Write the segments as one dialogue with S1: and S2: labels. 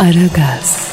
S1: Aragaz,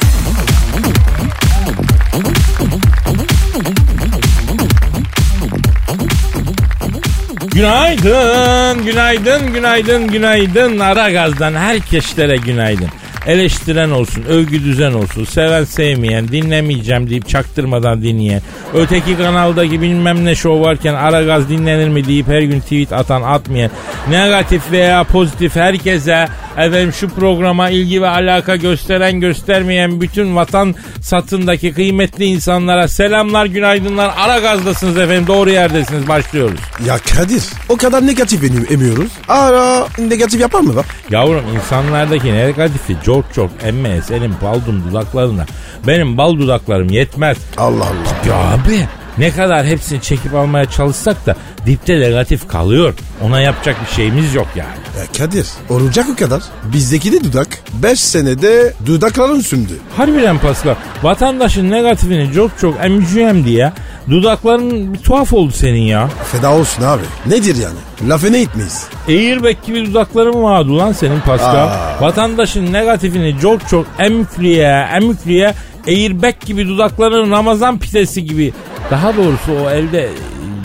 S2: Günaydın, günaydın, günaydın, günaydın. Ara gazdan herkeslere günaydın. Eleştiren olsun, övgü düzen olsun, seven sevmeyen, dinlemeyeceğim deyip çaktırmadan dinleyen, öteki kanaldaki bilmem ne şov varken ara gaz dinlenir mi deyip her gün tweet atan atmayan, negatif veya pozitif herkese efendim şu programa ilgi ve alaka gösteren göstermeyen bütün vatan satındaki kıymetli insanlara selamlar günaydınlar ara gazdasınız efendim doğru yerdesiniz başlıyoruz.
S3: Ya Kadir o kadar negatif benim emiyoruz. Ara negatif yapar mı bak?
S2: Yavrum insanlardaki negatifi çok çok emme senin baldum dudaklarına. Benim bal dudaklarım yetmez.
S3: Allah Allah.
S2: Ya abi ne kadar hepsini çekip almaya çalışsak da dipte negatif kalıyor. Ona yapacak bir şeyimiz yok yani.
S3: Ya Kadir olacak o kadar. Bizdeki de dudak. 5 senede dudakların sümdü.
S2: Harbiden Pascal vatandaşın negatifini çok çok emcüyem diye dudakların bir tuhaf oldu senin ya.
S3: Feda olsun abi. Nedir yani? Lafı ne etmeyiz?
S2: Airbag gibi dudakların vardı lan senin Pascal.
S3: Aa.
S2: Vatandaşın negatifini çok çok emüklüye emüklüye airbag gibi dudakların Ramazan pidesi gibi. Daha doğrusu o elde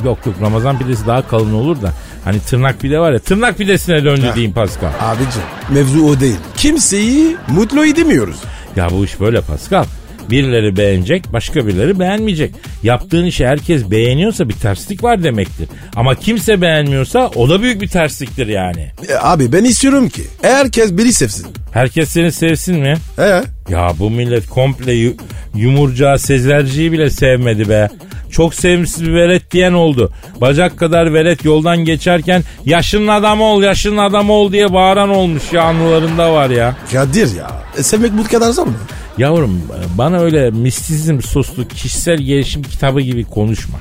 S2: yok yok Ramazan pidesi daha kalın olur da. Hani tırnak pide var ya tırnak pidesine döndü
S3: Heh.
S2: diyeyim Pascal.
S3: Abici mevzu o değil. Kimseyi mutlu edemiyoruz.
S2: Ya bu iş böyle Pascal. Birileri beğenecek, başka birileri beğenmeyecek. Yaptığın işi herkes beğeniyorsa bir terslik var demektir. Ama kimse beğenmiyorsa o da büyük bir tersliktir yani.
S3: E, abi ben istiyorum ki herkes biri sevsin.
S2: Herkes seni sevsin mi?
S3: He?
S2: Ya bu millet komple yu- yumurcağı Sezerci'yi bile sevmedi be. Çok sevimsiz bir velet diyen oldu. Bacak kadar velet yoldan geçerken yaşının adamı ol yaşının adamı ol diye bağıran olmuş ya anılarında var ya.
S3: Kadir ya. e, sevmek bu kadar zor mu?
S2: Yavrum bana öyle mistizm soslu kişisel gelişim kitabı gibi konuşma.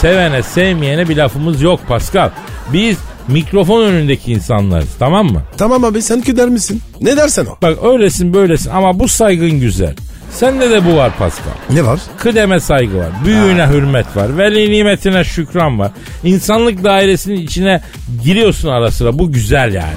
S2: Sevene sevmeyene bir lafımız yok Pascal. Biz mikrofon önündeki insanlarız tamam mı?
S3: Tamam abi sen küder misin? Ne dersen o.
S2: Bak öylesin böylesin ama bu saygın güzel. Sende de bu var Pascal.
S3: Ne var?
S2: Kıdeme saygı var. Büyüğüne hürmet var. Veli nimetine şükran var. İnsanlık dairesinin içine giriyorsun ara sıra. Bu güzel yani.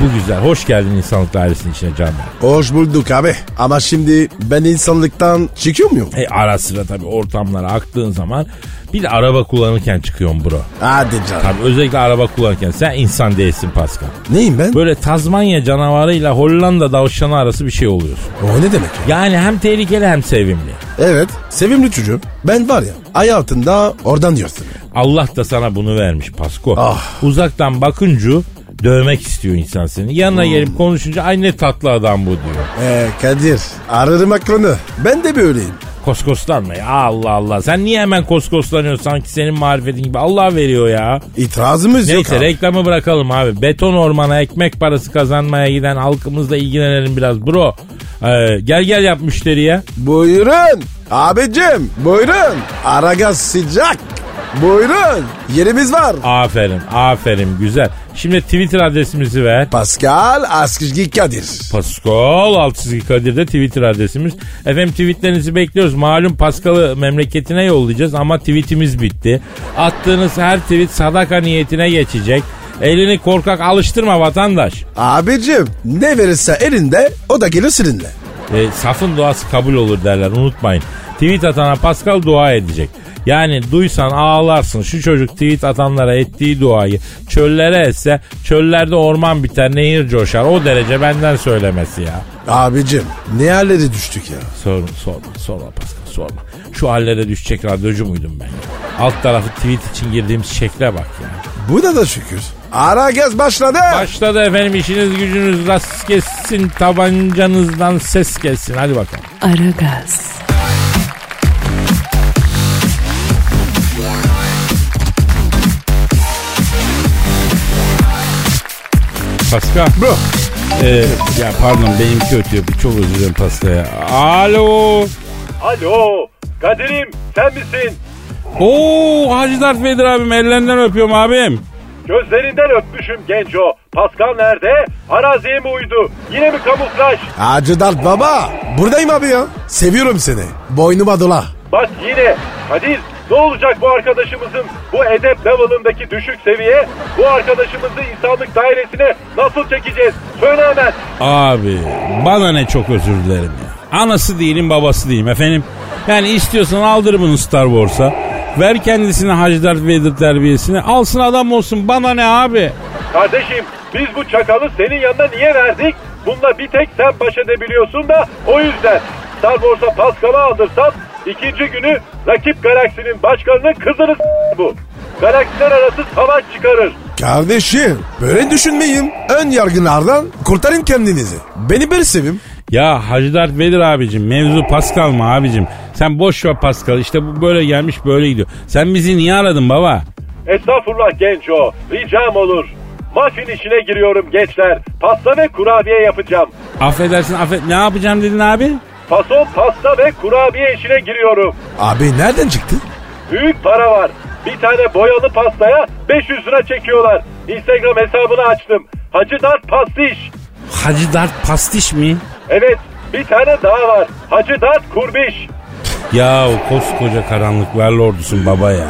S2: Bu güzel. Hoş geldin insanlık dairesinin içine canım.
S3: Hoş bulduk abi. Ama şimdi ben insanlıktan çıkıyor muyum?
S2: E ara sıra tabii ortamlara aktığın zaman bir de araba kullanırken çıkıyorsun bro.
S3: Hadi canım.
S2: Tabii özellikle araba kullanırken sen insan değilsin Pascal.
S3: Neyim ben?
S2: Böyle Tazmanya canavarıyla Hollanda davşanı arası bir şey oluyorsun.
S3: O ne demek? ya?
S2: Yani hem tehlikeli hem sevimli.
S3: Evet. Sevimli çocuğum. Ben var ya hayatında oradan diyorsun.
S2: Allah da sana bunu vermiş Pasko.
S3: Ah.
S2: Uzaktan bakınca dövmek istiyor insan seni. Yanına
S3: Hmm.
S2: gelip konuşunca ay ne tatlı adam bu diyor.
S3: Ee, Kadir ararım aklını. Ben de böyleyim.
S2: Koskoslanma ya Allah Allah. Sen niye hemen koskoslanıyorsun sanki senin marifetin gibi Allah veriyor ya.
S3: İtirazımız yok
S2: Neyse
S3: abi.
S2: reklamı bırakalım abi. Beton ormana ekmek parası kazanmaya giden halkımızla ilgilenelim biraz bro. Ee, gel gel yap müşteriye.
S3: Buyurun. Abicim buyurun. Aragaz sıcak. Buyurun. Yerimiz var.
S2: Aferin aferin güzel. Şimdi Twitter adresimizi ver.
S3: Pascal Askizgi Kadir.
S2: Pascal Altçizgi Kadir'de Twitter adresimiz. Efendim tweetlerinizi bekliyoruz. Malum Pascal'ı memleketine yollayacağız ama tweetimiz bitti. Attığınız her tweet sadaka niyetine geçecek. Elini korkak alıştırma vatandaş.
S3: Abicim ne verirse elinde o da gelir seninle.
S2: E, safın duası kabul olur derler unutmayın. Tweet atana Pascal dua edecek. Yani duysan ağlarsın şu çocuk tweet atanlara ettiği duayı çöllere etse çöllerde orman biter nehir coşar o derece benden söylemesi ya.
S3: Abicim ne hallere düştük ya.
S2: Sorma, sorma, sorma Pascal, sorma. Şu hallere düşecek radyocu muydum ben ya? Alt tarafı tweet için girdiğimiz şekle bak ya.
S3: Buna da şükür. Aragaz başladı.
S2: Başladı efendim işiniz gücünüz rast kessin, tabancanızdan ses gelsin. Hadi bakalım.
S1: Aragaz,
S2: Pascal.
S3: Bro.
S2: Ee, ya pardon benimki ötüyor. Çok özür dilerim pastaya. Alo.
S4: Alo Kadir'im sen misin?
S2: Oo Hacı Dert Vedir abim ellerinden öpüyorum abim.
S4: Gözlerinden öpmüşüm genco. Pascal nerede? Araziye mi uydu? Yine mi kamuflaj?
S3: Hacı Dert baba. Buradayım abi ya. Seviyorum seni. Boynuma dola.
S4: Bak yine. Kadir ne olacak bu arkadaşımızın bu edep level'ındaki düşük seviye? Bu arkadaşımızı insanlık dairesine nasıl çekeceğiz? Söyle hemen.
S2: Abi bana ne çok özür dilerim ya. Anası değilim babası değilim efendim. Yani istiyorsan aldır bunu Star Wars'a. Ver kendisine Hacı Dert Vedir terbiyesini. Alsın adam olsun bana ne abi.
S4: Kardeşim biz bu çakalı senin yanına niye verdik? Bununla bir tek sen baş edebiliyorsun da o yüzden. Star Wars'a Pascal'ı aldırsan ikinci günü rakip galaksinin başkanının kızını s- bu. Galaksiler arası savaş çıkarır.
S3: Kardeşim böyle düşünmeyin. Ön yargılardan kurtarın kendinizi. Beni böyle sevim.
S2: Ya Hacı Dert Vedir abicim mevzu Pascal mı abicim? Sen boş ver Pascal işte bu böyle gelmiş böyle gidiyor. Sen bizi niye aradın baba?
S4: Estağfurullah genco ricam olur. Mafin işine giriyorum gençler. Pasta ve kurabiye yapacağım.
S2: Affedersin affet ne yapacağım dedin abi?
S4: Fason pasta ve kurabiye işine giriyorum.
S3: Abi nereden çıktı?
S4: Büyük para var. Bir tane boyalı pastaya 500 lira çekiyorlar. Instagram hesabını açtım. Hacı Dert Pastiş.
S2: Hacı Dert pastiş mi?
S4: Evet bir tane daha var. Hacı Dert Kurbiş.
S2: Ya koskoca karanlıklar lordusun baba ya.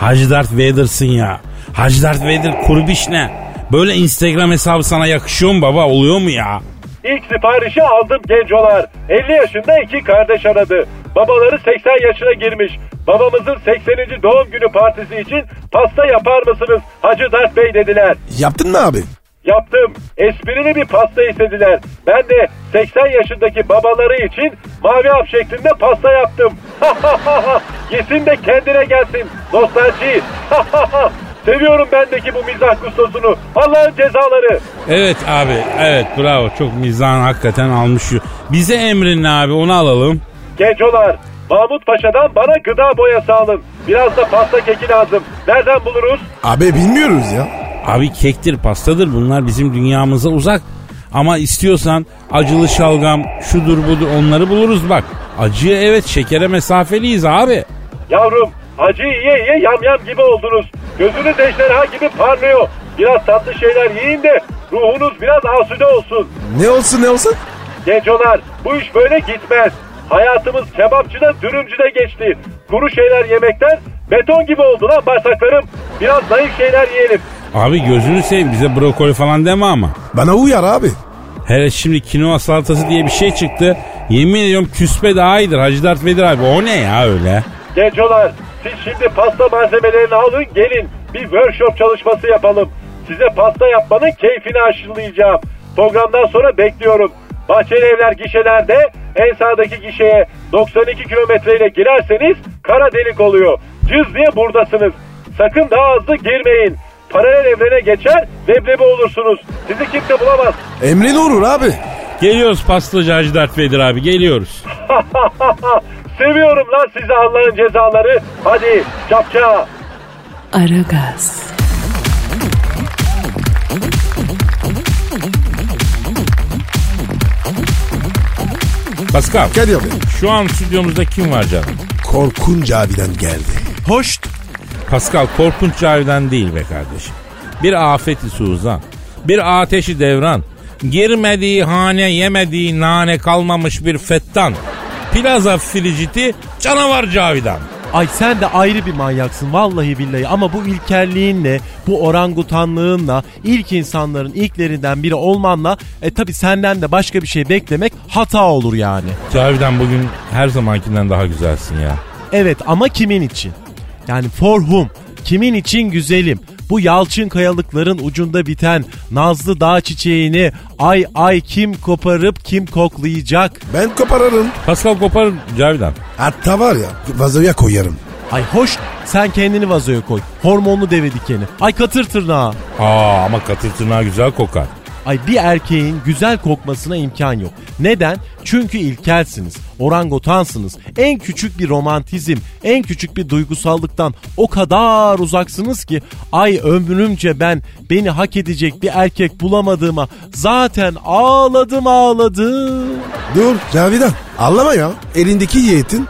S2: Hacı Dert Vader'sın ya. Hacı Dert Vader kurbiş ne? Böyle Instagram hesabı sana yakışıyor mu baba? Oluyor mu ya?
S4: İlk siparişi aldım gencolar. 50 yaşında iki kardeş aradı. Babaları 80 yaşına girmiş. Babamızın 80. doğum günü partisi için pasta yapar mısınız Hacı Dert Bey dediler.
S3: Yaptın mı abi?
S4: Yaptım. Esprili bir pasta istediler. Ben de 80 yaşındaki babaları için mavi hap şeklinde pasta yaptım. Yesin de kendine gelsin. Nostalji. Seviyorum bendeki bu mizah kustosunu. Allah'ın cezaları.
S2: Evet abi evet bravo çok mizahın hakikaten almış. şu- Bize emrin ne abi onu alalım.
S4: Gencolar. Mahmut Paşa'dan bana gıda boyası alın. Biraz da pasta keki lazım. Nereden buluruz?
S3: Abi bilmiyoruz ya.
S2: Abi kektir pastadır bunlar bizim dünyamıza uzak. Ama istiyorsan acılı şalgam şudur budur onları buluruz bak. Acıya evet şekere mesafeliyiz abi.
S4: Yavrum acı yiye yiye yamyam gibi oldunuz. Gözünüz ejderha gibi parlıyor. Biraz tatlı şeyler yiyin de ruhunuz biraz asude olsun.
S3: Ne olsun ne olsun?
S4: Gencolar bu iş böyle gitmez. Hayatımız kebapçıda dürümcüde geçti. Kuru şeyler yemekten beton gibi oldu lan bağırsaklarım. Biraz zayıf şeyler yiyelim.
S2: Abi gözünü seveyim bize brokoli falan deme ama.
S3: Bana uyar abi.
S2: Hele şimdi kinoa salatası diye bir şey çıktı. Yemin ediyorum küspe daha iyidir Hacı Dert Vedir abi. O ne ya öyle?
S4: Gencolar siz şimdi pasta malzemelerini alın gelin. Bir workshop çalışması yapalım. Size pasta yapmanın keyfini aşılayacağım. Programdan sonra bekliyorum. Bahçeli Evler gişelerde en sağdaki gişeye 92 kilometreyle girerseniz kara delik oluyor. Cız diye buradasınız. Sakın daha hızlı girmeyin. Paralel evrene geçer leblebi olursunuz. Sizi kimse bulamaz.
S3: Emrin olur abi.
S2: Geliyoruz pastacı Hacı Dert Vedir abi geliyoruz.
S4: Seviyorum lan sizi Allah'ın cezaları. Hadi çapça.
S1: Aragaz,
S2: Pascal
S3: Gel abi.
S2: şu an stüdyomuzda kim var canım?
S3: Korkunç abiden geldi. Hoş.
S2: Pascal korkunç Cavidan değil be kardeşim. Bir afeti suzan, bir ateşi devran, girmediği hane yemediği nane kalmamış bir fettan. Plaza filiciti canavar Cavidan.
S5: Ay sen de ayrı bir manyaksın vallahi billahi ama bu ilkelliğinle, bu orangutanlığınla, ilk insanların ilklerinden biri olmanla e tabi senden de başka bir şey beklemek hata olur yani.
S2: Cavidan bugün her zamankinden daha güzelsin ya.
S5: Evet ama kimin için? Yani for whom? Kimin için güzelim? Bu yalçın kayalıkların ucunda biten nazlı dağ çiçeğini ay ay kim koparıp kim koklayacak?
S3: Ben koparırım.
S2: Pascal kopar Cavidan.
S3: Hatta var ya vazoya koyarım.
S5: Ay hoş sen kendini vazoya koy. Hormonlu deve dikeni. Ay katır tırnağı.
S2: Aa ama katır tırnağı güzel kokar.
S4: Ay bir erkeğin güzel kokmasına imkan yok. Neden? Çünkü ilkelsiniz. Orangotansınız. En küçük bir romantizm, en küçük bir duygusallıktan o kadar uzaksınız ki ay ömrümce ben beni hak edecek bir erkek bulamadığıma zaten ağladım ağladım.
S3: Dur Cavidan. Ağlama ya. Elindeki yiğitin.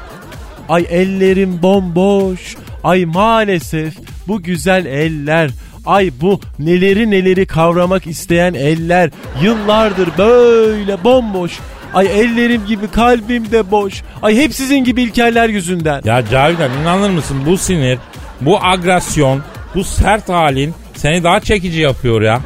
S4: Ay ellerim bomboş. Ay maalesef bu güzel eller. Ay bu neleri neleri kavramak isteyen eller yıllardır böyle bomboş. Ay ellerim gibi kalbim de boş. Ay hep sizin gibi ilkeller yüzünden.
S2: Ya Cavidan inanır mısın bu sinir, bu agresyon, bu sert halin seni daha çekici yapıyor ya.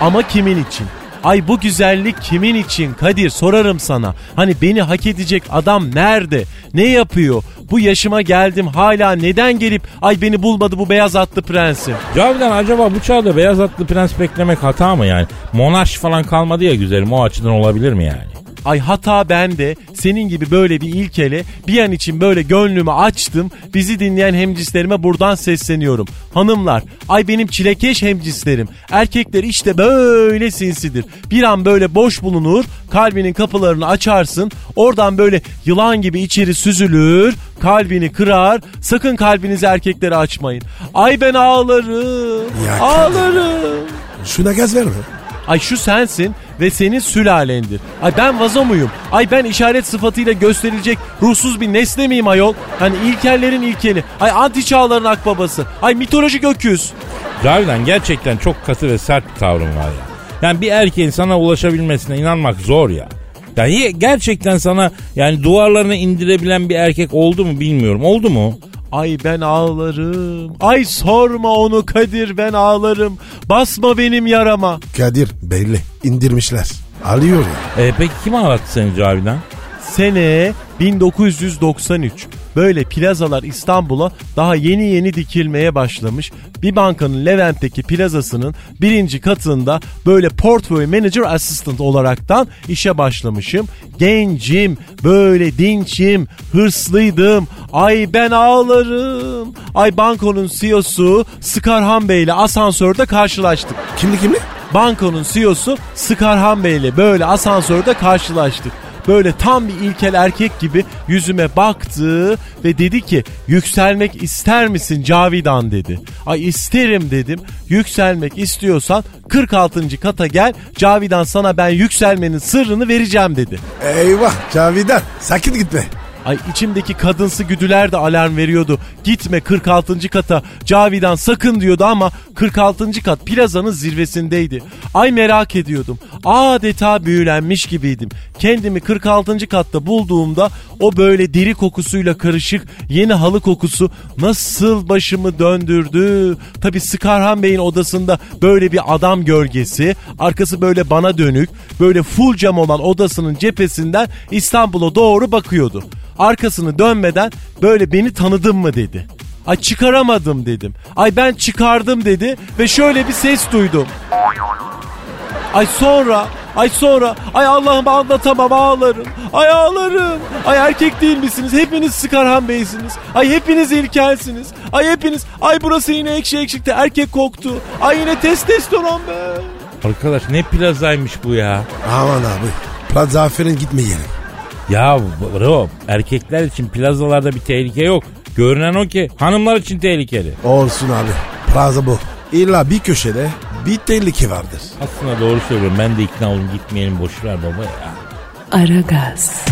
S4: Ama kimin için? Ay bu güzellik kimin için Kadir sorarım sana. Hani beni hak edecek adam nerede? Ne yapıyor? Bu yaşıma geldim hala neden gelip ay beni bulmadı bu beyaz atlı prensim?
S2: Cavidan acaba bu çağda beyaz atlı prens beklemek hata mı yani? Monarş falan kalmadı ya güzelim o açıdan olabilir mi yani?
S4: Ay hata bende. Senin gibi böyle bir ilkele bir an için böyle gönlümü açtım. Bizi dinleyen hemcislerime buradan sesleniyorum. Hanımlar, ay benim çilekeş hemcislerim. Erkekler işte böyle sinsidir. Bir an böyle boş bulunur, kalbinin kapılarını açarsın. Oradan böyle yılan gibi içeri süzülür, kalbini kırar. Sakın kalbinizi erkeklere açmayın. Ay ben ağlarım,
S3: Ya kadın.
S4: ağlarım.
S3: Şuna gaz verme.
S4: Ay şu sensin ve senin sülalendir. Ay ben vazo muyum? Ay ben işaret sıfatıyla gösterilecek ruhsuz bir nesne miyim ayol? Hani ilkellerin ilkeli. Ay anti çağların akbabası. Ay mitolojik öküz.
S2: Cavidan gerçekten çok katı ve sert bir tavrın var ya. Yani bir erkeğin sana ulaşabilmesine inanmak zor ya. Yani ye- gerçekten sana yani duvarlarını indirebilen bir erkek oldu mu bilmiyorum. Oldu mu?
S4: Ay ben ağlarım. Ay sorma onu Kadir ben ağlarım. Basma benim yarama.
S3: Kadir belli. indirmişler. Alıyor ya.
S2: E, peki kim ağlattı seni Cavidan?
S4: Sene 1993. Böyle plazalar İstanbul'a daha yeni yeni dikilmeye başlamış. Bir bankanın Levent'teki plazasının birinci katında böyle portföy manager assistant olaraktan işe başlamışım. Gencim, böyle dinçim, hırslıydım. Ay ben ağlarım. Ay bankonun E CEO'su Skarhan Bey ile asansörde karşılaştık.
S3: Kimli kimli?
S4: Bankonun CEO'su Skarhan Bey ile böyle asansörde karşılaştık. Böyle tam bir ilkel erkek gibi yüzüme baktı ve dedi ki yükselmek ister misin Cavidan dedi. Ay isterim dedim. Yükselmek istiyorsan 46. kata gel Cavidan sana ben yükselmenin sırrını vereceğim dedi.
S3: Eyvah Cavidan. Sakın gitme.
S4: Ay içimdeki kadınsı güdüler de alarm veriyordu. Gitme 46. kata Cavidan sakın diyordu ama 46. kat plazanın zirvesindeydi. Ay merak ediyordum. Adeta büyülenmiş gibiydim. Kendimi 46. katta bulduğumda o böyle deri kokusuyla karışık yeni halı kokusu nasıl başımı döndürdü. Tabi Skarhan Bey'in odasında böyle bir adam gölgesi, arkası böyle bana dönük, böyle full cam olan odasının cephesinden İstanbul'a doğru bakıyordu. Arkasını dönmeden böyle beni tanıdın mı dedi. Ay çıkaramadım dedim. Ay ben çıkardım dedi ve şöyle bir ses duydum. Ay sonra, ay sonra, ay Allah'ım anlatamam ağlarım. Ay ağlarım. Ay erkek değil misiniz? Hepiniz Sıkarhan Bey'siniz. Ay hepiniz ilkelsiniz. Ay hepiniz, ay burası yine ekşi ekşikte erkek koktu. Ay yine testosteron be.
S2: Arkadaş ne plazaymış bu ya.
S3: Aman abi. Plaza aferin gitme yerim.
S2: Ya bro erkekler için plazalarda bir tehlike yok. Görünen o ki hanımlar için tehlikeli.
S3: Olsun abi. Plaza bu. İlla bir köşede bir tehlike vardır.
S2: Aslında doğru söylüyorum ben de ikna oldum gitmeyelim boşver baba ya.
S1: Aragaz,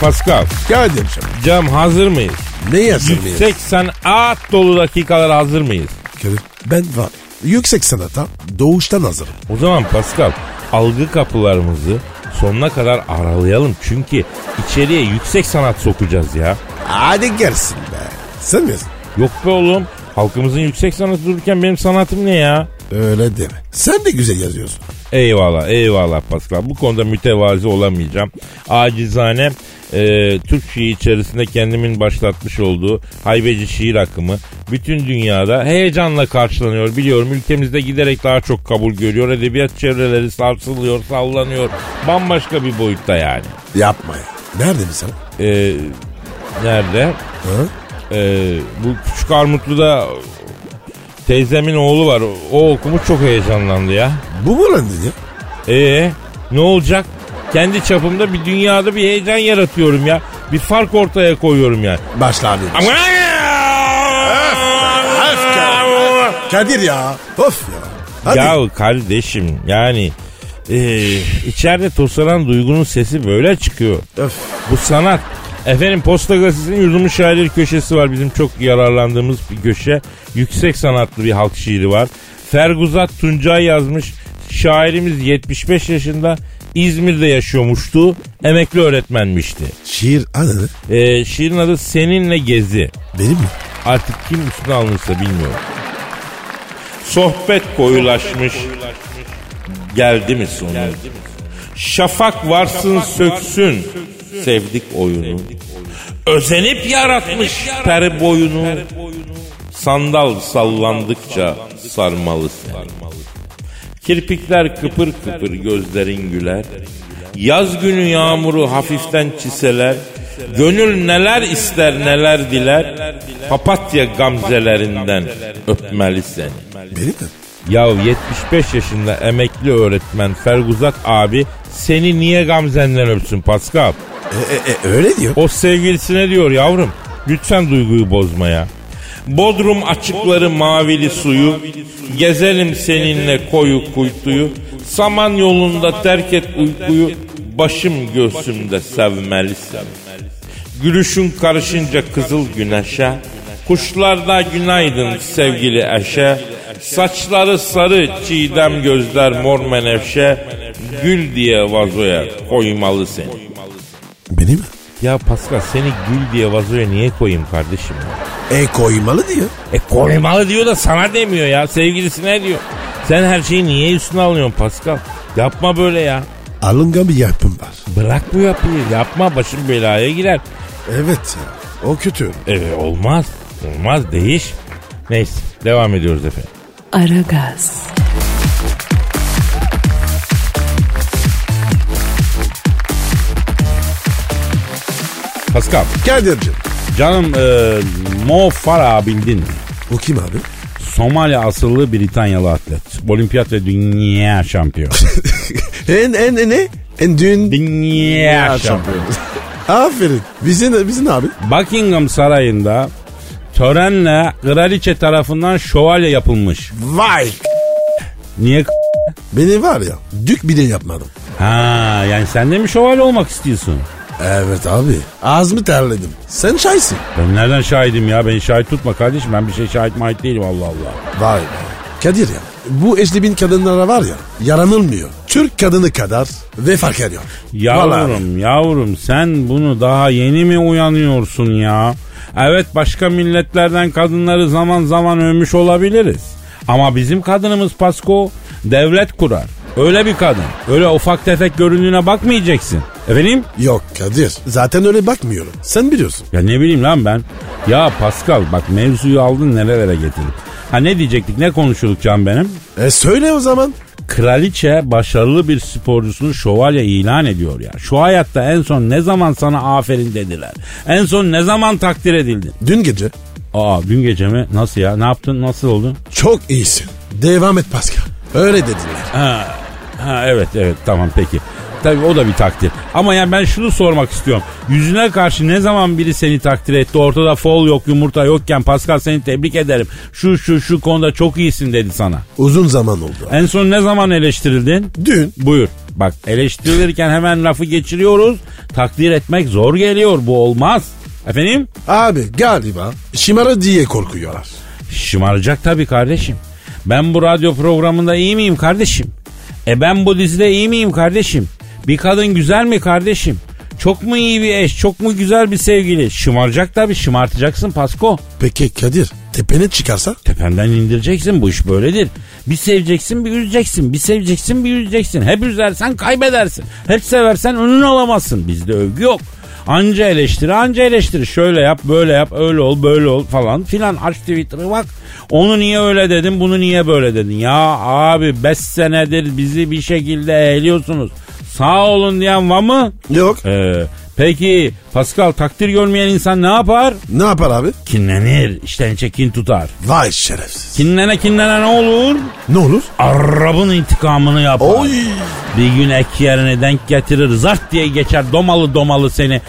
S2: Pascal
S3: Kadir canım.
S2: cam hazır mıyız?
S3: Ne yazın?
S2: 180 at dolu dakikalara hazır mıyız?
S3: Kadir, Ben var. Yüksek sanata doğuştan hazırım.
S2: O zaman Pascal algı kapılarımızı sonuna kadar aralayalım. Çünkü içeriye yüksek sanat sokacağız ya.
S3: Hadi gelsin be. Sen misin?
S2: Yok be oğlum halkımızın yüksek sanatı dururken benim sanatım ne ya?
S3: Öyle deme. Sen de güzel yazıyorsun.
S2: Eyvallah eyvallah Pascal. Bu konuda mütevazi olamayacağım. Acizane e, Türk şiiri içerisinde kendimin başlatmış olduğu haybeci şiir akımı bütün dünyada heyecanla karşılanıyor. Biliyorum ülkemizde giderek daha çok kabul görüyor. Edebiyat çevreleri sarsılıyor, sallanıyor. Bambaşka bir boyutta yani.
S3: Yapma ya. Nerede mi sen?
S2: E, nerede?
S3: Ha?
S2: Ee, bu küçük Armutlu'da teyzemin oğlu var. O, o okumuş çok heyecanlandı ya.
S3: Bu mu lan dedi?
S2: Ee, ne olacak? Kendi çapımda bir dünyada bir heyecan yaratıyorum ya. Bir fark ortaya koyuyorum yani.
S3: Başla abi.
S2: Aman!
S3: Kadir ya. Of ya. Hadi.
S2: Ya kardeşim yani e, içeride toslanan duygunun sesi böyle çıkıyor.
S3: Öf.
S2: Bu sanat. Efendim Posta Gazetesi'nin yurdumuz şairleri köşesi var. Bizim çok yararlandığımız bir köşe. Yüksek sanatlı bir halk şiiri var. Ferguzat Tuncay yazmış. Şairimiz 75 yaşında İzmir'de yaşıyormuştu. Emekli öğretmenmişti.
S3: Şiir adı ne?
S2: E, şiirin adı Seninle Gezi.
S3: Benim mi?
S2: Artık kim üstüne alınırsa bilmiyorum. Sohbet koyulaşmış. Geldi mi sonu? Şafak varsın söksün. Sevdik oyunu. Özenip yaratmış peri boyunu. Sandal sallandıkça sarmalısın. Kirpikler kıpır kıpır gözlerin güler. Yaz günü yağmuru hafiften çiseler. Gönül neler ister neler diler. Papatya gamzelerinden öpmeli seni.
S3: Benim mi?
S2: Ya 75 yaşında emekli öğretmen Ferguzat abi seni niye gamzenden öpsün
S3: E,
S2: Pascal?
S3: e, e, öyle diyor.
S2: O sevgilisine diyor yavrum. Lütfen duyguyu bozma ya. Bodrum açıkları mavili suyu, gezelim seninle koyu kuytuyu, saman yolunda terk et uykuyu, başım göğsümde sevmelisin. Gülüşün karışınca kızıl güneşe, kuşlarda günaydın sevgili eşe, saçları sarı çiğdem gözler mor menevşe, gül diye vazoya koymalı seni.
S3: Benim mi?
S2: Ya Pascal seni gül diye vazoya niye koyayım kardeşim? ya?
S3: E koymalı diyor.
S2: E koymalı diyor da sana demiyor ya. Sevgilisine diyor. Sen her şeyi niye üstüne alıyorsun Pascal? Yapma böyle ya.
S3: Alıngan bir yapım var.
S2: Bırak bu yapıyı. Yapma başın belaya girer.
S3: Evet ya. O kötü.
S2: E olmaz. Olmaz değiş. Neyse devam ediyoruz efendim.
S1: Aragaz,
S2: Pascal
S3: Kadir'cim.
S6: Canım e, Mo Farah bildin mi?
S3: O kim abi?
S6: Somali asıllı Britanyalı atlet. Olimpiyat ve dünya şampiyonu.
S3: E, En en en ne? En dün.
S6: dünya şampiyonu.
S3: Aferin. Bizim, bizim abi.
S6: Buckingham Sarayı'nda törenle kraliçe tarafından şövalye yapılmış.
S3: Vay.
S6: Niye? k-
S3: Beni var ya. Dük bile yapmadım.
S6: Ha yani sen de mi şövalye olmak istiyorsun?
S3: Evet abi. Ağzımı terledim. Sen şaysın.
S6: Ben nereden şahidim ya? Beni şahit tutma kardeşim. Ben bir şey şahit mahit değilim Allah Allah.
S3: Vay be. Kadir ya. Bu eşlibin kadınlara var ya. Yaranılmıyor. Türk kadını kadar ve fark ediyor. Vallahi.
S6: Yavrum yavrum sen bunu daha yeni mi uyanıyorsun ya? Evet başka milletlerden kadınları zaman zaman övmüş olabiliriz. Ama bizim kadınımız Pasko devlet kurar. Öyle bir kadın. Öyle ufak tefek göründüğüne bakmayacaksın. Efendim?
S3: Yok Kadir. Zaten öyle bakmıyorum. Sen biliyorsun.
S6: Ya ne bileyim lan ben. Ya Pascal bak mevzuyu aldın nerelere getirdin. Ha ne diyecektik ne konuşuyorduk can benim?
S3: E söyle o zaman.
S6: Kraliçe başarılı bir sporcusunu şövalye ilan ediyor ya. Şu hayatta en son ne zaman sana aferin dediler? En son ne zaman takdir edildin?
S3: Dün gece
S6: Aa dün gece mi? Nasıl ya? Ne yaptın? Nasıl oldu?
S3: çok iyisin. Devam et Pascal. Öyle dediler.
S6: Ha, ha evet evet tamam peki. Tabii o da bir takdir. Ama yani ben şunu sormak istiyorum. Yüzüne karşı ne zaman biri seni takdir etti? Ortada fol yok, yumurta yokken Pascal seni tebrik ederim. Şu şu şu konuda çok iyisin dedi sana.
S3: Uzun zaman oldu.
S6: En son ne zaman eleştirildin?
S3: Dün
S6: Buyur. Bak eleştirilirken hemen lafı geçiriyoruz. Takdir etmek zor geliyor. Bu olmaz. Efendim?
S3: abi galiba şımarı diye korkuyorlar.
S6: Şımaracak tabii kardeşim. Ben bu radyo programında iyi miyim kardeşim? E ben bu dizide iyi miyim kardeşim? Bir kadın güzel mi kardeşim? Çok mu iyi bir eş, çok mu güzel bir sevgili? Şımaracak tabii, şımartacaksın Pasko.
S3: Peki Kadir tepene çıkarsa?
S6: Tependen indireceksin, bu iş böyledir. Bir seveceksin, bir üzeceksin, bir seveceksin, bir üzeceksin. Hep üzersen kaybedersin. Hep seversen önün alamazsın. Bizde övgü yok. Anca eleştiri, anca eleştiri. Şöyle yap, böyle yap, öyle ol, böyle ol falan filan. Aç Twitter'ı bak. Onu niye öyle dedin, bunu niye böyle dedin? Ya abi 5 senedir bizi bir şekilde eğliyorsunuz. Sağ olun diyen var mı?
S3: Yok.
S6: Ee,
S2: Peki Pascal takdir görmeyen insan ne yapar?
S3: Ne yapar abi?
S2: Kinlenir. İşten çekin tutar.
S3: Vay şerefsiz.
S2: Kinlene kinlene ne olur?
S3: Ne olur?
S2: Arabın intikamını yapar.
S3: Oy.
S2: Bir gün ek yerine denk getirir. Zart diye geçer domalı domalı seni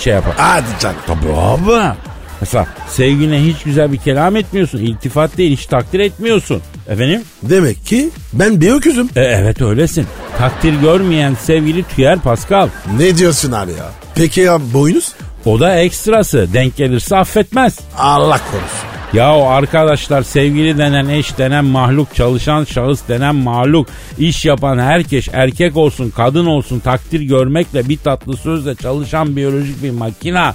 S2: şey yapar.
S3: Hadi canım.
S2: Tabii abi. Mesela sevgiline hiç güzel bir kelam etmiyorsun. İltifat değil hiç takdir etmiyorsun. Efendim?
S3: Demek ki ben bir öküzüm.
S2: E, evet öylesin. Takdir görmeyen sevgili tüyer Pascal.
S3: Ne diyorsun abi ya? Peki ya boynuz?
S2: O da ekstrası. Denk gelirse affetmez.
S3: Allah korusun.
S2: Ya o arkadaşlar sevgili denen eş denen mahluk çalışan şahıs denen mahluk iş yapan herkes erkek olsun kadın olsun takdir görmekle bir tatlı sözle çalışan biyolojik bir makina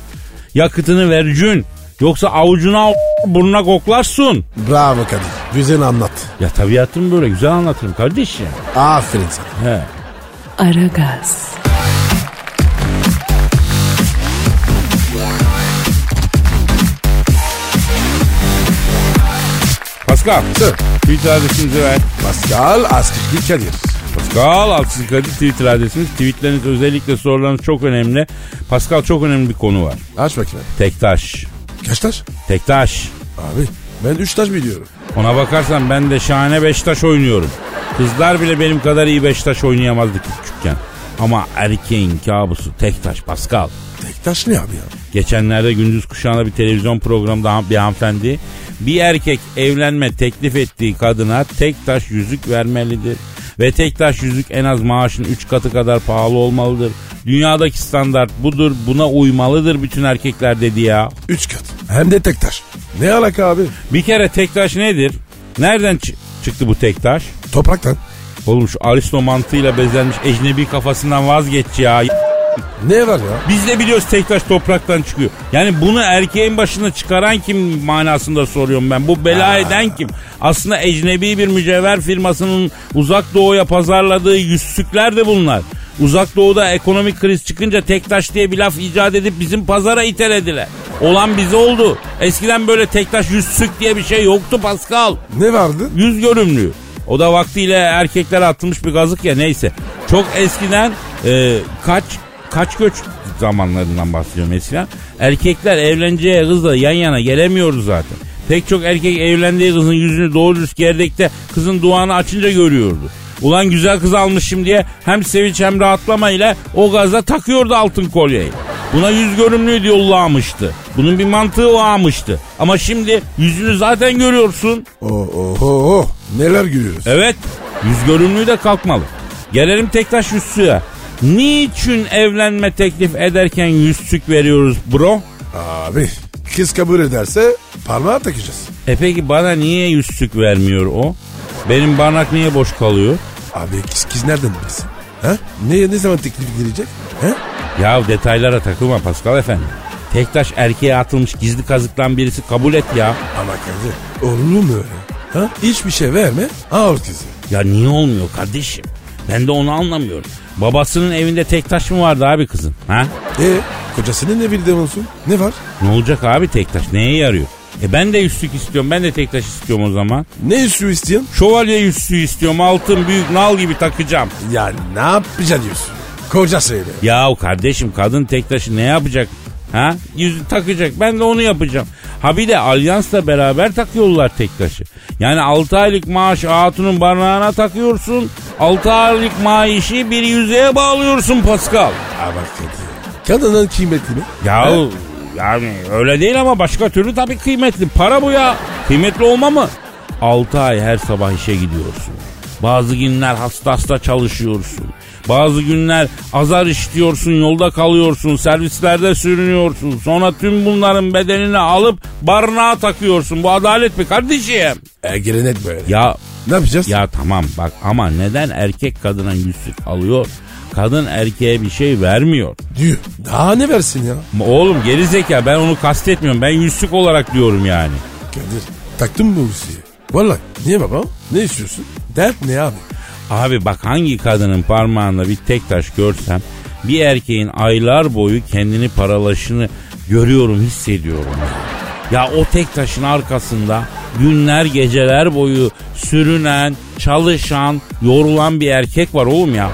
S2: yakıtını vercün yoksa avucuna burnuna koklarsın.
S3: Bravo Kadir. Güzel anlat.
S2: Ya tabiatımı böyle güzel anlatırım kardeşim.
S3: Aferin sana.
S2: He.
S1: Aragaz,
S2: Pascal.
S3: Sir.
S2: Twitter adresimizi ver.
S3: Pascal Askışki Kadir.
S2: Pascal Altın Kadir Twitter adresimiz. Tweetleriniz özellikle sorularınız çok önemli. Pascal çok önemli bir konu var.
S3: Aç bakayım.
S2: Tektaş.
S3: Kaç taş?
S2: Tektaş.
S3: Abi ben üç taş biliyorum.
S2: Ona bakarsan ben de şahane Beşiktaş oynuyorum. Kızlar bile benim kadar iyi Beşiktaş oynayamazdı küçükken. Ama erkeğin kabusu Tektaş Pascal.
S3: Tek taş ne abi ya?
S2: Geçenlerde gündüz kuşağında bir televizyon programında han- bir hanımefendi bir erkek evlenme teklif ettiği kadına tek taş yüzük vermelidir. Ve tek taş yüzük en az maaşın 3 katı kadar pahalı olmalıdır. Dünyadaki standart budur buna uymalıdır bütün erkekler dedi ya.
S3: Üç kat. Hem de tek taş. Ne alaka abi?
S2: Bir kere tek taş nedir? Nereden çı- çıktı bu tek taş?
S3: Topraktan.
S2: Oğlum şu Aristo mantığıyla bezenmiş ecnebi kafasından vazgeç ya.
S3: Ne var ya?
S2: Biz de biliyoruz Tektaş topraktan çıkıyor. Yani bunu erkeğin başına çıkaran kim manasında soruyorum ben. Bu bela eden kim? Aslında ecnebi bir mücevher firmasının uzak doğuya pazarladığı yüzsükler de bunlar. Uzak doğuda ekonomik kriz çıkınca Tektaş diye bir laf icat edip bizim pazara itelediler. Olan bize oldu. Eskiden böyle Tektaş yüzsük diye bir şey yoktu Pascal
S3: Ne vardı?
S2: yüz görümlü. O da vaktiyle erkeklere atılmış bir gazık ya neyse. Çok eskiden e, kaç kaç göç zamanlarından bahsediyorum eskiden. Erkekler evleneceği kızla yan yana gelemiyordu zaten. Pek çok erkek evlendiği kızın yüzünü doğru dürüst gerdekte kızın duanı açınca görüyordu. Ulan güzel kız almışım diye hem sevinç hem rahatlama ile o gazla takıyordu altın kolyeyi. Buna yüz görümlüğü yollamıştı. Bunun bir mantığı varmıştı. Ama şimdi yüzünü zaten görüyorsun.
S3: Oo, oo, oo, oo. oh, Neler gülüyoruz.
S2: Evet. Yüz görünümlüğü de kalkmalı. Gelelim Tektaş Yüzsü'ye. Niçin evlenme teklif ederken yüzsük veriyoruz bro?
S3: Abi kız kabul ederse parmağı takacağız.
S2: E peki bana niye yüzsük vermiyor o? Benim barnak niye boş kalıyor?
S3: Abi kız, kız nereden bilmesin? Ha? Ne, ne zaman teklif gelecek? Ha?
S2: Ya detaylara takılma Pascal efendi. Tektaş erkeğe atılmış gizli kazıktan birisi kabul et ya.
S3: Ama Kadir olur mu öyle? Ha? Hiçbir şey verme al kızı.
S2: Ya niye olmuyor kardeşim? Ben de onu anlamıyorum. Babasının evinde tektaş mı vardı abi kızın? Ha?
S3: E kocasının ne bildiği olsun? Ne var?
S2: Ne olacak abi tektaş? Neye yarıyor? E ben de yüzsük istiyorum. Ben de tektaş istiyorum o zaman.
S3: Ne üstü isteyen?
S2: Şövalye yüzsü istiyorum altın büyük nal gibi takacağım.
S3: Ya ne yapacaksın diyorsun? Kocasıyla.
S2: Yahu kardeşim kadın tek taşı ne yapacak? Ha? Yüzü takacak ben de onu yapacağım. Ha bir de alyansla beraber takıyorlar tek taşı. Yani 6 aylık maaş hatunun barnağına takıyorsun. 6 aylık maaşı bir yüzeye bağlıyorsun Pascal.
S3: Ama Kadir. Kadının kıymetli mi?
S2: Yahu yani öyle değil ama başka türlü tabii kıymetli. Para bu ya. Kıymetli olma mı? 6 ay her sabah işe gidiyorsun. Bazı günler hasta hasta çalışıyorsun. Bazı günler azar işliyorsun, yolda kalıyorsun, servislerde sürünüyorsun. Sonra tüm bunların bedelini alıp barınağa takıyorsun. Bu adalet mi kardeşim?
S3: E, gelenek böyle.
S2: Ya
S3: Ne yapacağız?
S2: ya tamam bak ama neden erkek kadına yüzsüz alıyor? Kadın erkeğe bir şey vermiyor.
S3: Diyor. Daha ne versin ya?
S2: Ma- Oğlum geri zeka ben onu kastetmiyorum. Ben yüzsük olarak diyorum yani.
S3: Kadir taktın mı bu Hulusi'yi? Vallahi niye baba? Ne istiyorsun? Dert ne abi?
S2: Abi bak hangi kadının parmağında bir tek taş görsem bir erkeğin aylar boyu kendini paralaşını görüyorum hissediyorum. Ya, ya o tek taşın arkasında günler geceler boyu sürünen, çalışan, yorulan bir erkek var oğlum ya.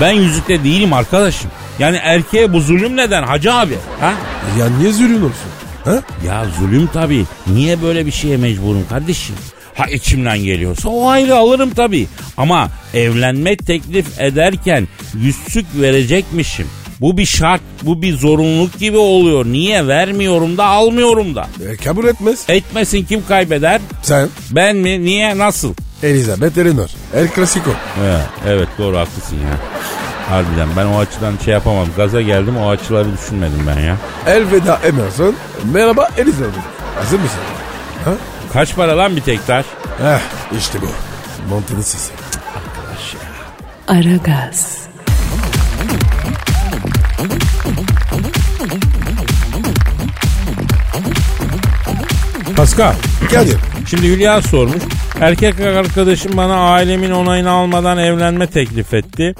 S2: Ben yüzükte değilim arkadaşım.
S6: Yani erkeğe bu zulüm neden hacı abi? Ha?
S3: Ya niye zürün olsun? Ha?
S6: Ya zulüm tabii. Niye böyle bir şeye mecburum kardeşim? Ha içimden geliyorsa o ayrı alırım tabii. Ama evlenme teklif ederken yüzsük verecekmişim. Bu bir şart, bu bir zorunluluk gibi oluyor. Niye vermiyorum da almıyorum da.
S3: E, kabul etmez.
S6: Etmesin kim kaybeder?
S3: Sen
S6: Ben mi? Niye? Nasıl?
S3: Elizabeth Elinor. El Clasico.
S6: He, evet doğru haklısın ya. Harbiden ben o açıdan şey yapamam. Gaza geldim o açıları düşünmedim ben ya.
S3: Elveda Emerson. Merhaba Elizabeth. Hazır mısın? Ha?
S6: Kaç para lan bir tek taş?
S3: Heh, işte bu. Mantının sesi.
S1: Aragaz,
S2: Pascal.
S3: Kadir.
S2: Şimdi Hülya sormuş. Erkek arkadaşım bana ailemin onayını almadan evlenme teklif etti.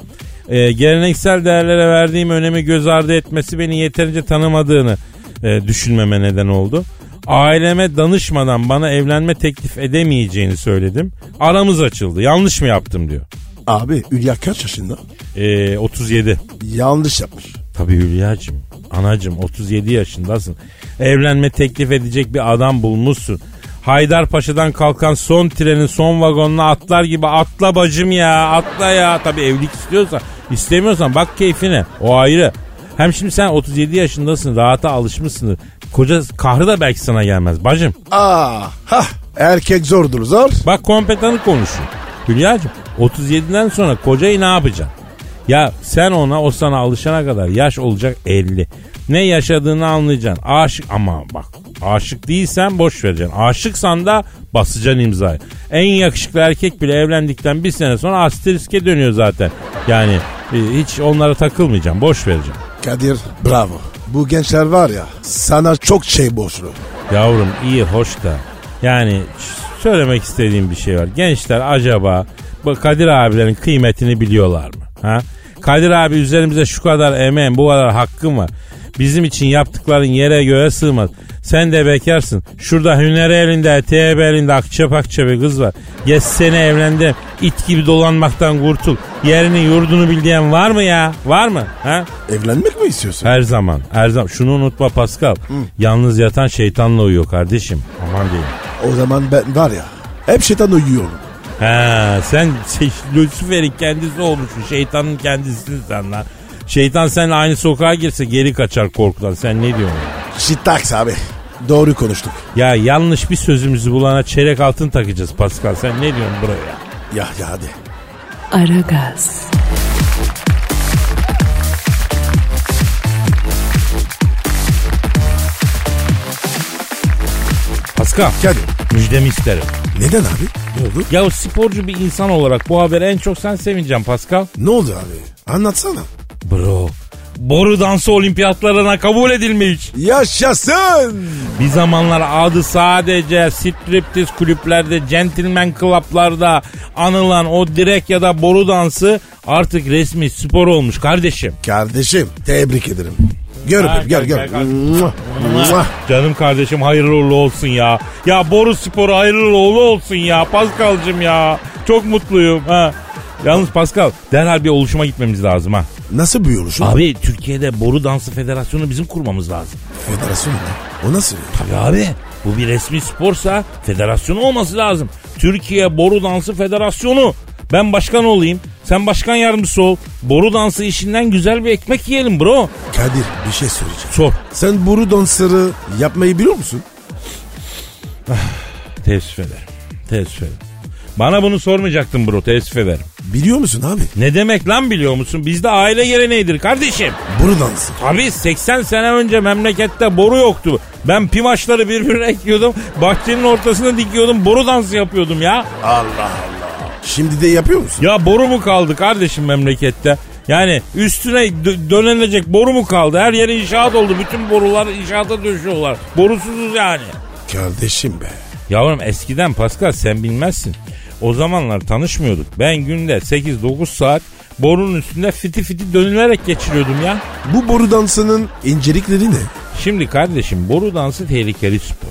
S2: Ee, geleneksel değerlere verdiğim önemi göz ardı etmesi beni yeterince tanımadığını e, düşünmeme neden oldu. Aileme danışmadan bana evlenme teklif edemeyeceğini söyledim. Aramız açıldı. Yanlış mı yaptım diyor.
S3: Abi Hülya kaç yaşında?
S2: Ee, 37.
S3: Yanlış yapmış.
S2: Tabii Hülya'cığım. Anacım 37 yaşındasın. Evlenme teklif edecek bir adam bulmuşsun. Haydarpaşa'dan kalkan son trenin son vagonuna atlar gibi atla bacım ya atla ya. Tabii evlilik istiyorsan istemiyorsan bak keyfine o ayrı. Hem şimdi sen 37 yaşındasın rahata alışmışsın. Koca kahrı da belki sana gelmez bacım.
S3: Aa, Ah, ha. Erkek zordur zor.
S2: Bak kompetanı konuşuyor. Hülya'cığım 37'den sonra kocayı ne yapacaksın? Ya sen ona o sana alışana kadar yaş olacak 50. Ne yaşadığını anlayacaksın. Aşık ama bak aşık değilsen boş vereceksin. Aşıksan da basacaksın imzayı. En yakışıklı erkek bile evlendikten bir sene sonra asteriske dönüyor zaten. Yani e, hiç onlara takılmayacaksın. Boş vereceksin.
S3: Kadir bravo. Bu gençler var ya sana çok şey borçlu.
S2: Yavrum iyi hoş da yani ş- söylemek istediğim bir şey var. Gençler acaba bu Kadir abilerin kıymetini biliyorlar mı? Ha? Kadir abi üzerimize şu kadar emeğin bu kadar hakkın var. Bizim için yaptıkların yere göğe sığmaz. Sen de bekarsın. Şurada hüneri elinde, TB elinde akça pakça bir kız var. Yes seni evlendim. İt gibi dolanmaktan kurtul. Yerini yurdunu bildiğin var mı ya? Var mı? Ha?
S3: Evlenmek mi istiyorsun?
S2: Her zaman. Her zaman. Şunu unutma Pascal. Yalnız yatan şeytanla uyuyor kardeşim. Aman diyeyim.
S3: O zaman ben var ya hep şeytan uyuyorum.
S2: Ha, sen şey, Lucifer'in kendisi olmuşsun. Şeytanın kendisisin sen lan. Şeytan seninle aynı sokağa girse geri kaçar korkudan. Sen ne diyorsun?
S3: Şittaks abi. Doğru konuştuk.
S2: Ya yanlış bir sözümüzü bulana çeyrek altın takacağız Pascal. Sen ne diyorsun buraya?
S3: Ya ya hadi.
S1: Aragaz,
S2: Pascal
S3: Kadir.
S2: müjdemi isterim.
S3: Neden abi? Ne oldu?
S2: Ya sporcu bir insan olarak bu habere en çok sen sevineceksin Pascal.
S3: Ne oldu abi? Anlatsana.
S2: Bro. Boru dansı olimpiyatlarına kabul edilmiş.
S3: Yaşasın.
S2: Bir zamanlar adı sadece striptiz kulüplerde, gentleman club'larda anılan o direk ya da boru dansı artık resmi spor olmuş kardeşim.
S3: Kardeşim tebrik ederim. Gör
S2: Ha,
S3: öpeyim, gör
S2: gel,
S3: gör.
S2: gel, gel.
S3: Mua, mua.
S2: Canım kardeşim hayırlı uğurlu olsun ya. Ya boru sporu hayırlı uğurlu olsun ya Pascal'cım ya. Çok mutluyum ha. Yalnız Pascal derhal bir oluşuma gitmemiz lazım ha.
S3: Nasıl bir yoluşum?
S2: Abi Türkiye'de boru dansı federasyonu bizim kurmamız lazım.
S3: Federasyon mu? O nasıl?
S2: Tabii abi. Bu bir resmi sporsa federasyon olması lazım. Türkiye Boru Dansı Federasyonu. Ben başkan olayım. Sen başkan yardımcısı ol. Boru dansı işinden güzel bir ekmek yiyelim bro.
S3: Kadir bir şey söyleyeceğim.
S2: Sor.
S3: Sen boru dansları yapmayı biliyor musun?
S2: Teessüf ederim. Teessüf ederim. Bana bunu sormayacaktın bro. Teessüf ederim.
S3: Biliyor musun abi?
S2: Ne demek lan biliyor musun? Bizde aile geleneğidir kardeşim.
S3: Boru dansı.
S2: Abi 80 sene önce memlekette boru yoktu. Ben pimaçları birbirine ekiyordum. Bahçenin ortasına dikiyordum. Boru dansı yapıyordum ya.
S3: Şimdi de yapıyor musun?
S2: Ya boru mu kaldı kardeşim memlekette? Yani üstüne dö- dönenecek boru mu kaldı? Her yere inşaat oldu. Bütün borular inşaata döşüyorlar. Borusuzuz yani.
S3: Kardeşim be.
S2: Yavrum eskiden Pascal sen bilmezsin. O zamanlar tanışmıyorduk. Ben günde 8-9 saat borunun üstünde fiti fiti dönülerek geçiriyordum ya.
S3: Bu boru dansının incelikleri ne?
S2: Şimdi kardeşim boru dansı tehlikeli spor.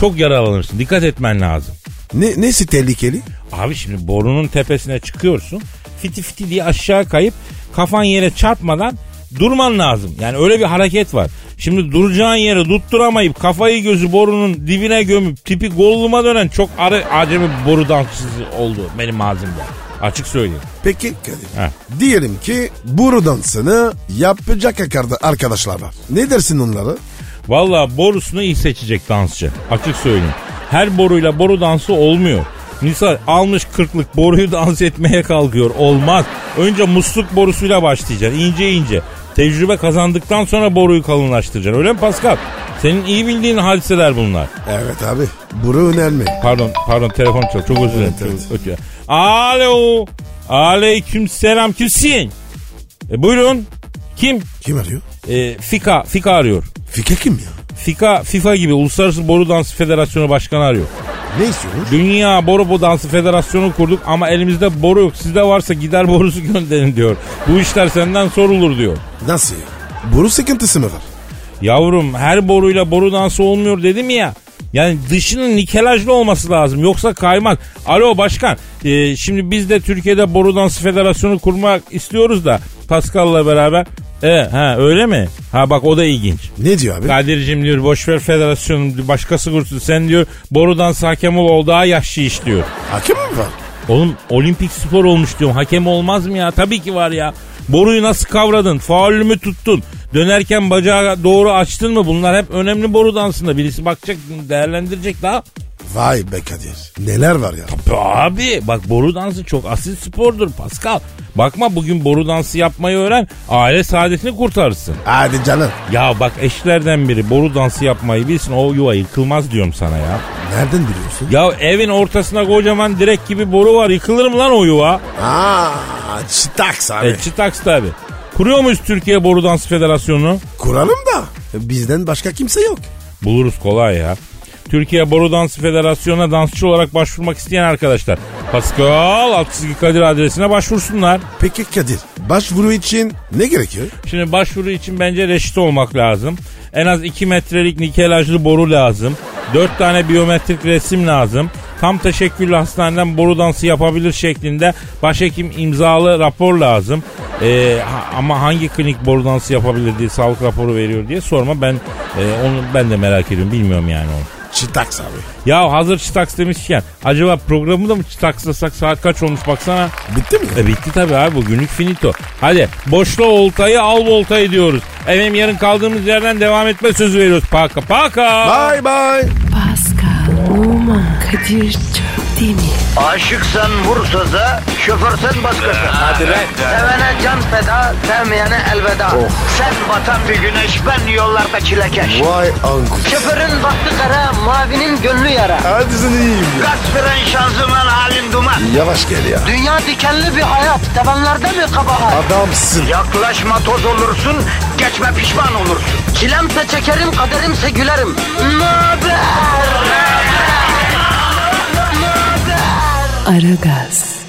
S2: Çok yaralanırsın. Dikkat etmen lazım.
S3: Ne nesi tehlikeli?
S2: Abi şimdi borunun tepesine çıkıyorsun. Fiti fiti diye aşağı kayıp kafan yere çarpmadan durman lazım. Yani öyle bir hareket var. Şimdi duracağın yere tutturamayıp kafayı gözü borunun dibine gömüp tipi golluma dönen çok arı, acemi bir boru dansçısı oldu benim ağzımda. Açık söyleyeyim.
S3: Peki Kadir.
S2: Ha.
S3: Diyelim ki boru dansını yapacak akarda- arkadaşlar var. Ne dersin onları?
S2: Valla borusunu iyi seçecek dansçı. Açık söyleyeyim. Her boruyla boru dansı olmuyor. Misal almış kırklık boruyu dans etmeye kalkıyor. Olmaz. Önce musluk borusuyla başlayacaksın. ince ince. Tecrübe kazandıktan sonra boruyu kalınlaştıracaksın. Öyle mi Pascal? Senin iyi bildiğin hadiseler bunlar.
S3: Evet abi. Boru önemli.
S2: Pardon, pardon telefon çalıyor. Çok özür dilerim. Çok- çok- Alo. Aleyküm selam. Kimsin? E, buyurun. Kim?
S3: Kim arıyor?
S2: E, Fika. Fika arıyor.
S3: Fikir kim ya?
S2: FIKA, FIFA gibi Uluslararası Boru Dansı Federasyonu Başkanı arıyor.
S3: Ne istiyormuş?
S2: Dünya Boru Bu Dansı Federasyonu kurduk ama elimizde boru yok. Sizde varsa gider borusu gönderin diyor. Bu işler senden sorulur diyor.
S3: Nasıl ya? Boru sıkıntısı mı var?
S2: Yavrum her boruyla boru dansı olmuyor dedim ya. Yani dışının nikelajlı olması lazım yoksa kaymaz. Alo başkan e, şimdi biz de Türkiye'de Boru Dansı Federasyonu kurmak istiyoruz da Pascal'la beraber. E, ha öyle mi? Ha bak o da ilginç.
S3: Ne diyor abi?
S2: Kadir'cim diyor boşver federasyonun başkası kursun. Sen diyor borudan hakem ol o daha yaşlı iş diyor.
S3: Hakim mi var?
S2: Oğlum olimpik spor olmuş diyorum. Hakem olmaz mı ya? Tabii ki var ya. Boruyu nasıl kavradın? Faulü mü tuttun? Dönerken bacağı doğru açtın mı? Bunlar hep önemli boru dansında. Birisi bakacak, değerlendirecek daha.
S3: Vay be Kadir. Neler var ya?
S2: Be Abi bak boru dansı çok asil spordur Pascal. Bakma bugün boru dansı yapmayı öğren. Aile saadetini kurtarırsın.
S3: Hadi canım.
S2: Ya bak eşlerden biri boru dansı yapmayı bilsin o yuva yıkılmaz diyorum sana ya.
S3: Nereden biliyorsun?
S2: Ya evin ortasına kocaman direk gibi boru var yıkılır mı lan o yuva?
S3: Aa, çıtaks abi.
S2: E çıtaks tabi. Kuruyor muyuz Türkiye Boru Dansı Federasyonu'nu?
S3: Kuralım da bizden başka kimse yok.
S2: Buluruz kolay ya. Türkiye Boru Dansı Federasyonu'na dansçı olarak başvurmak isteyen arkadaşlar. Pascal Altçizgi Kadir adresine başvursunlar.
S3: Peki Kadir, başvuru için ne gerekiyor?
S2: Şimdi başvuru için bence reşit olmak lazım. En az 2 metrelik nikelajlı boru lazım. 4 tane biyometrik resim lazım. Tam teşekküllü hastaneden boru dansı yapabilir şeklinde başhekim imzalı rapor lazım. Ee, ha- ama hangi klinik boru dansı yapabilir diye sağlık raporu veriyor diye sorma. Ben e, onu ben de merak ediyorum. Bilmiyorum yani onu.
S3: Çıtaks abi.
S2: Ya hazır çıtaks demişken acaba programı da mı çıtakslasak saat kaç olmuş baksana.
S3: Bitti mi?
S2: E bitti tabii abi bu günlük finito. Hadi boşla oltayı al voltayı diyoruz. Efendim yarın kaldığımız yerden devam etme sözü veriyoruz. Paka paka.
S3: Bye bye.
S1: Pascal, Oman, Kadir çok değil mi?
S7: Aşıksan vursa da, şoförsen başkasın. Hadi Sevene can feda, sevmeyene elveda. Sen batan bir güneş, ben yollarda çilekeş.
S3: Vay anku.
S7: Şoförün baktı kara, mavinin gönlü yara.
S3: Hadi sen iyiyim ya.
S7: Kasperen şanzıman halin duman.
S3: Yavaş gel ya.
S7: Dünya dikenli bir hayat, sevenlerde mi kabahar?
S3: Adamsın.
S7: Yaklaşma toz olursun, geçme pişman olursun. Çilemse çekerim, kaderimse gülerim. Möber!
S1: Aragaz.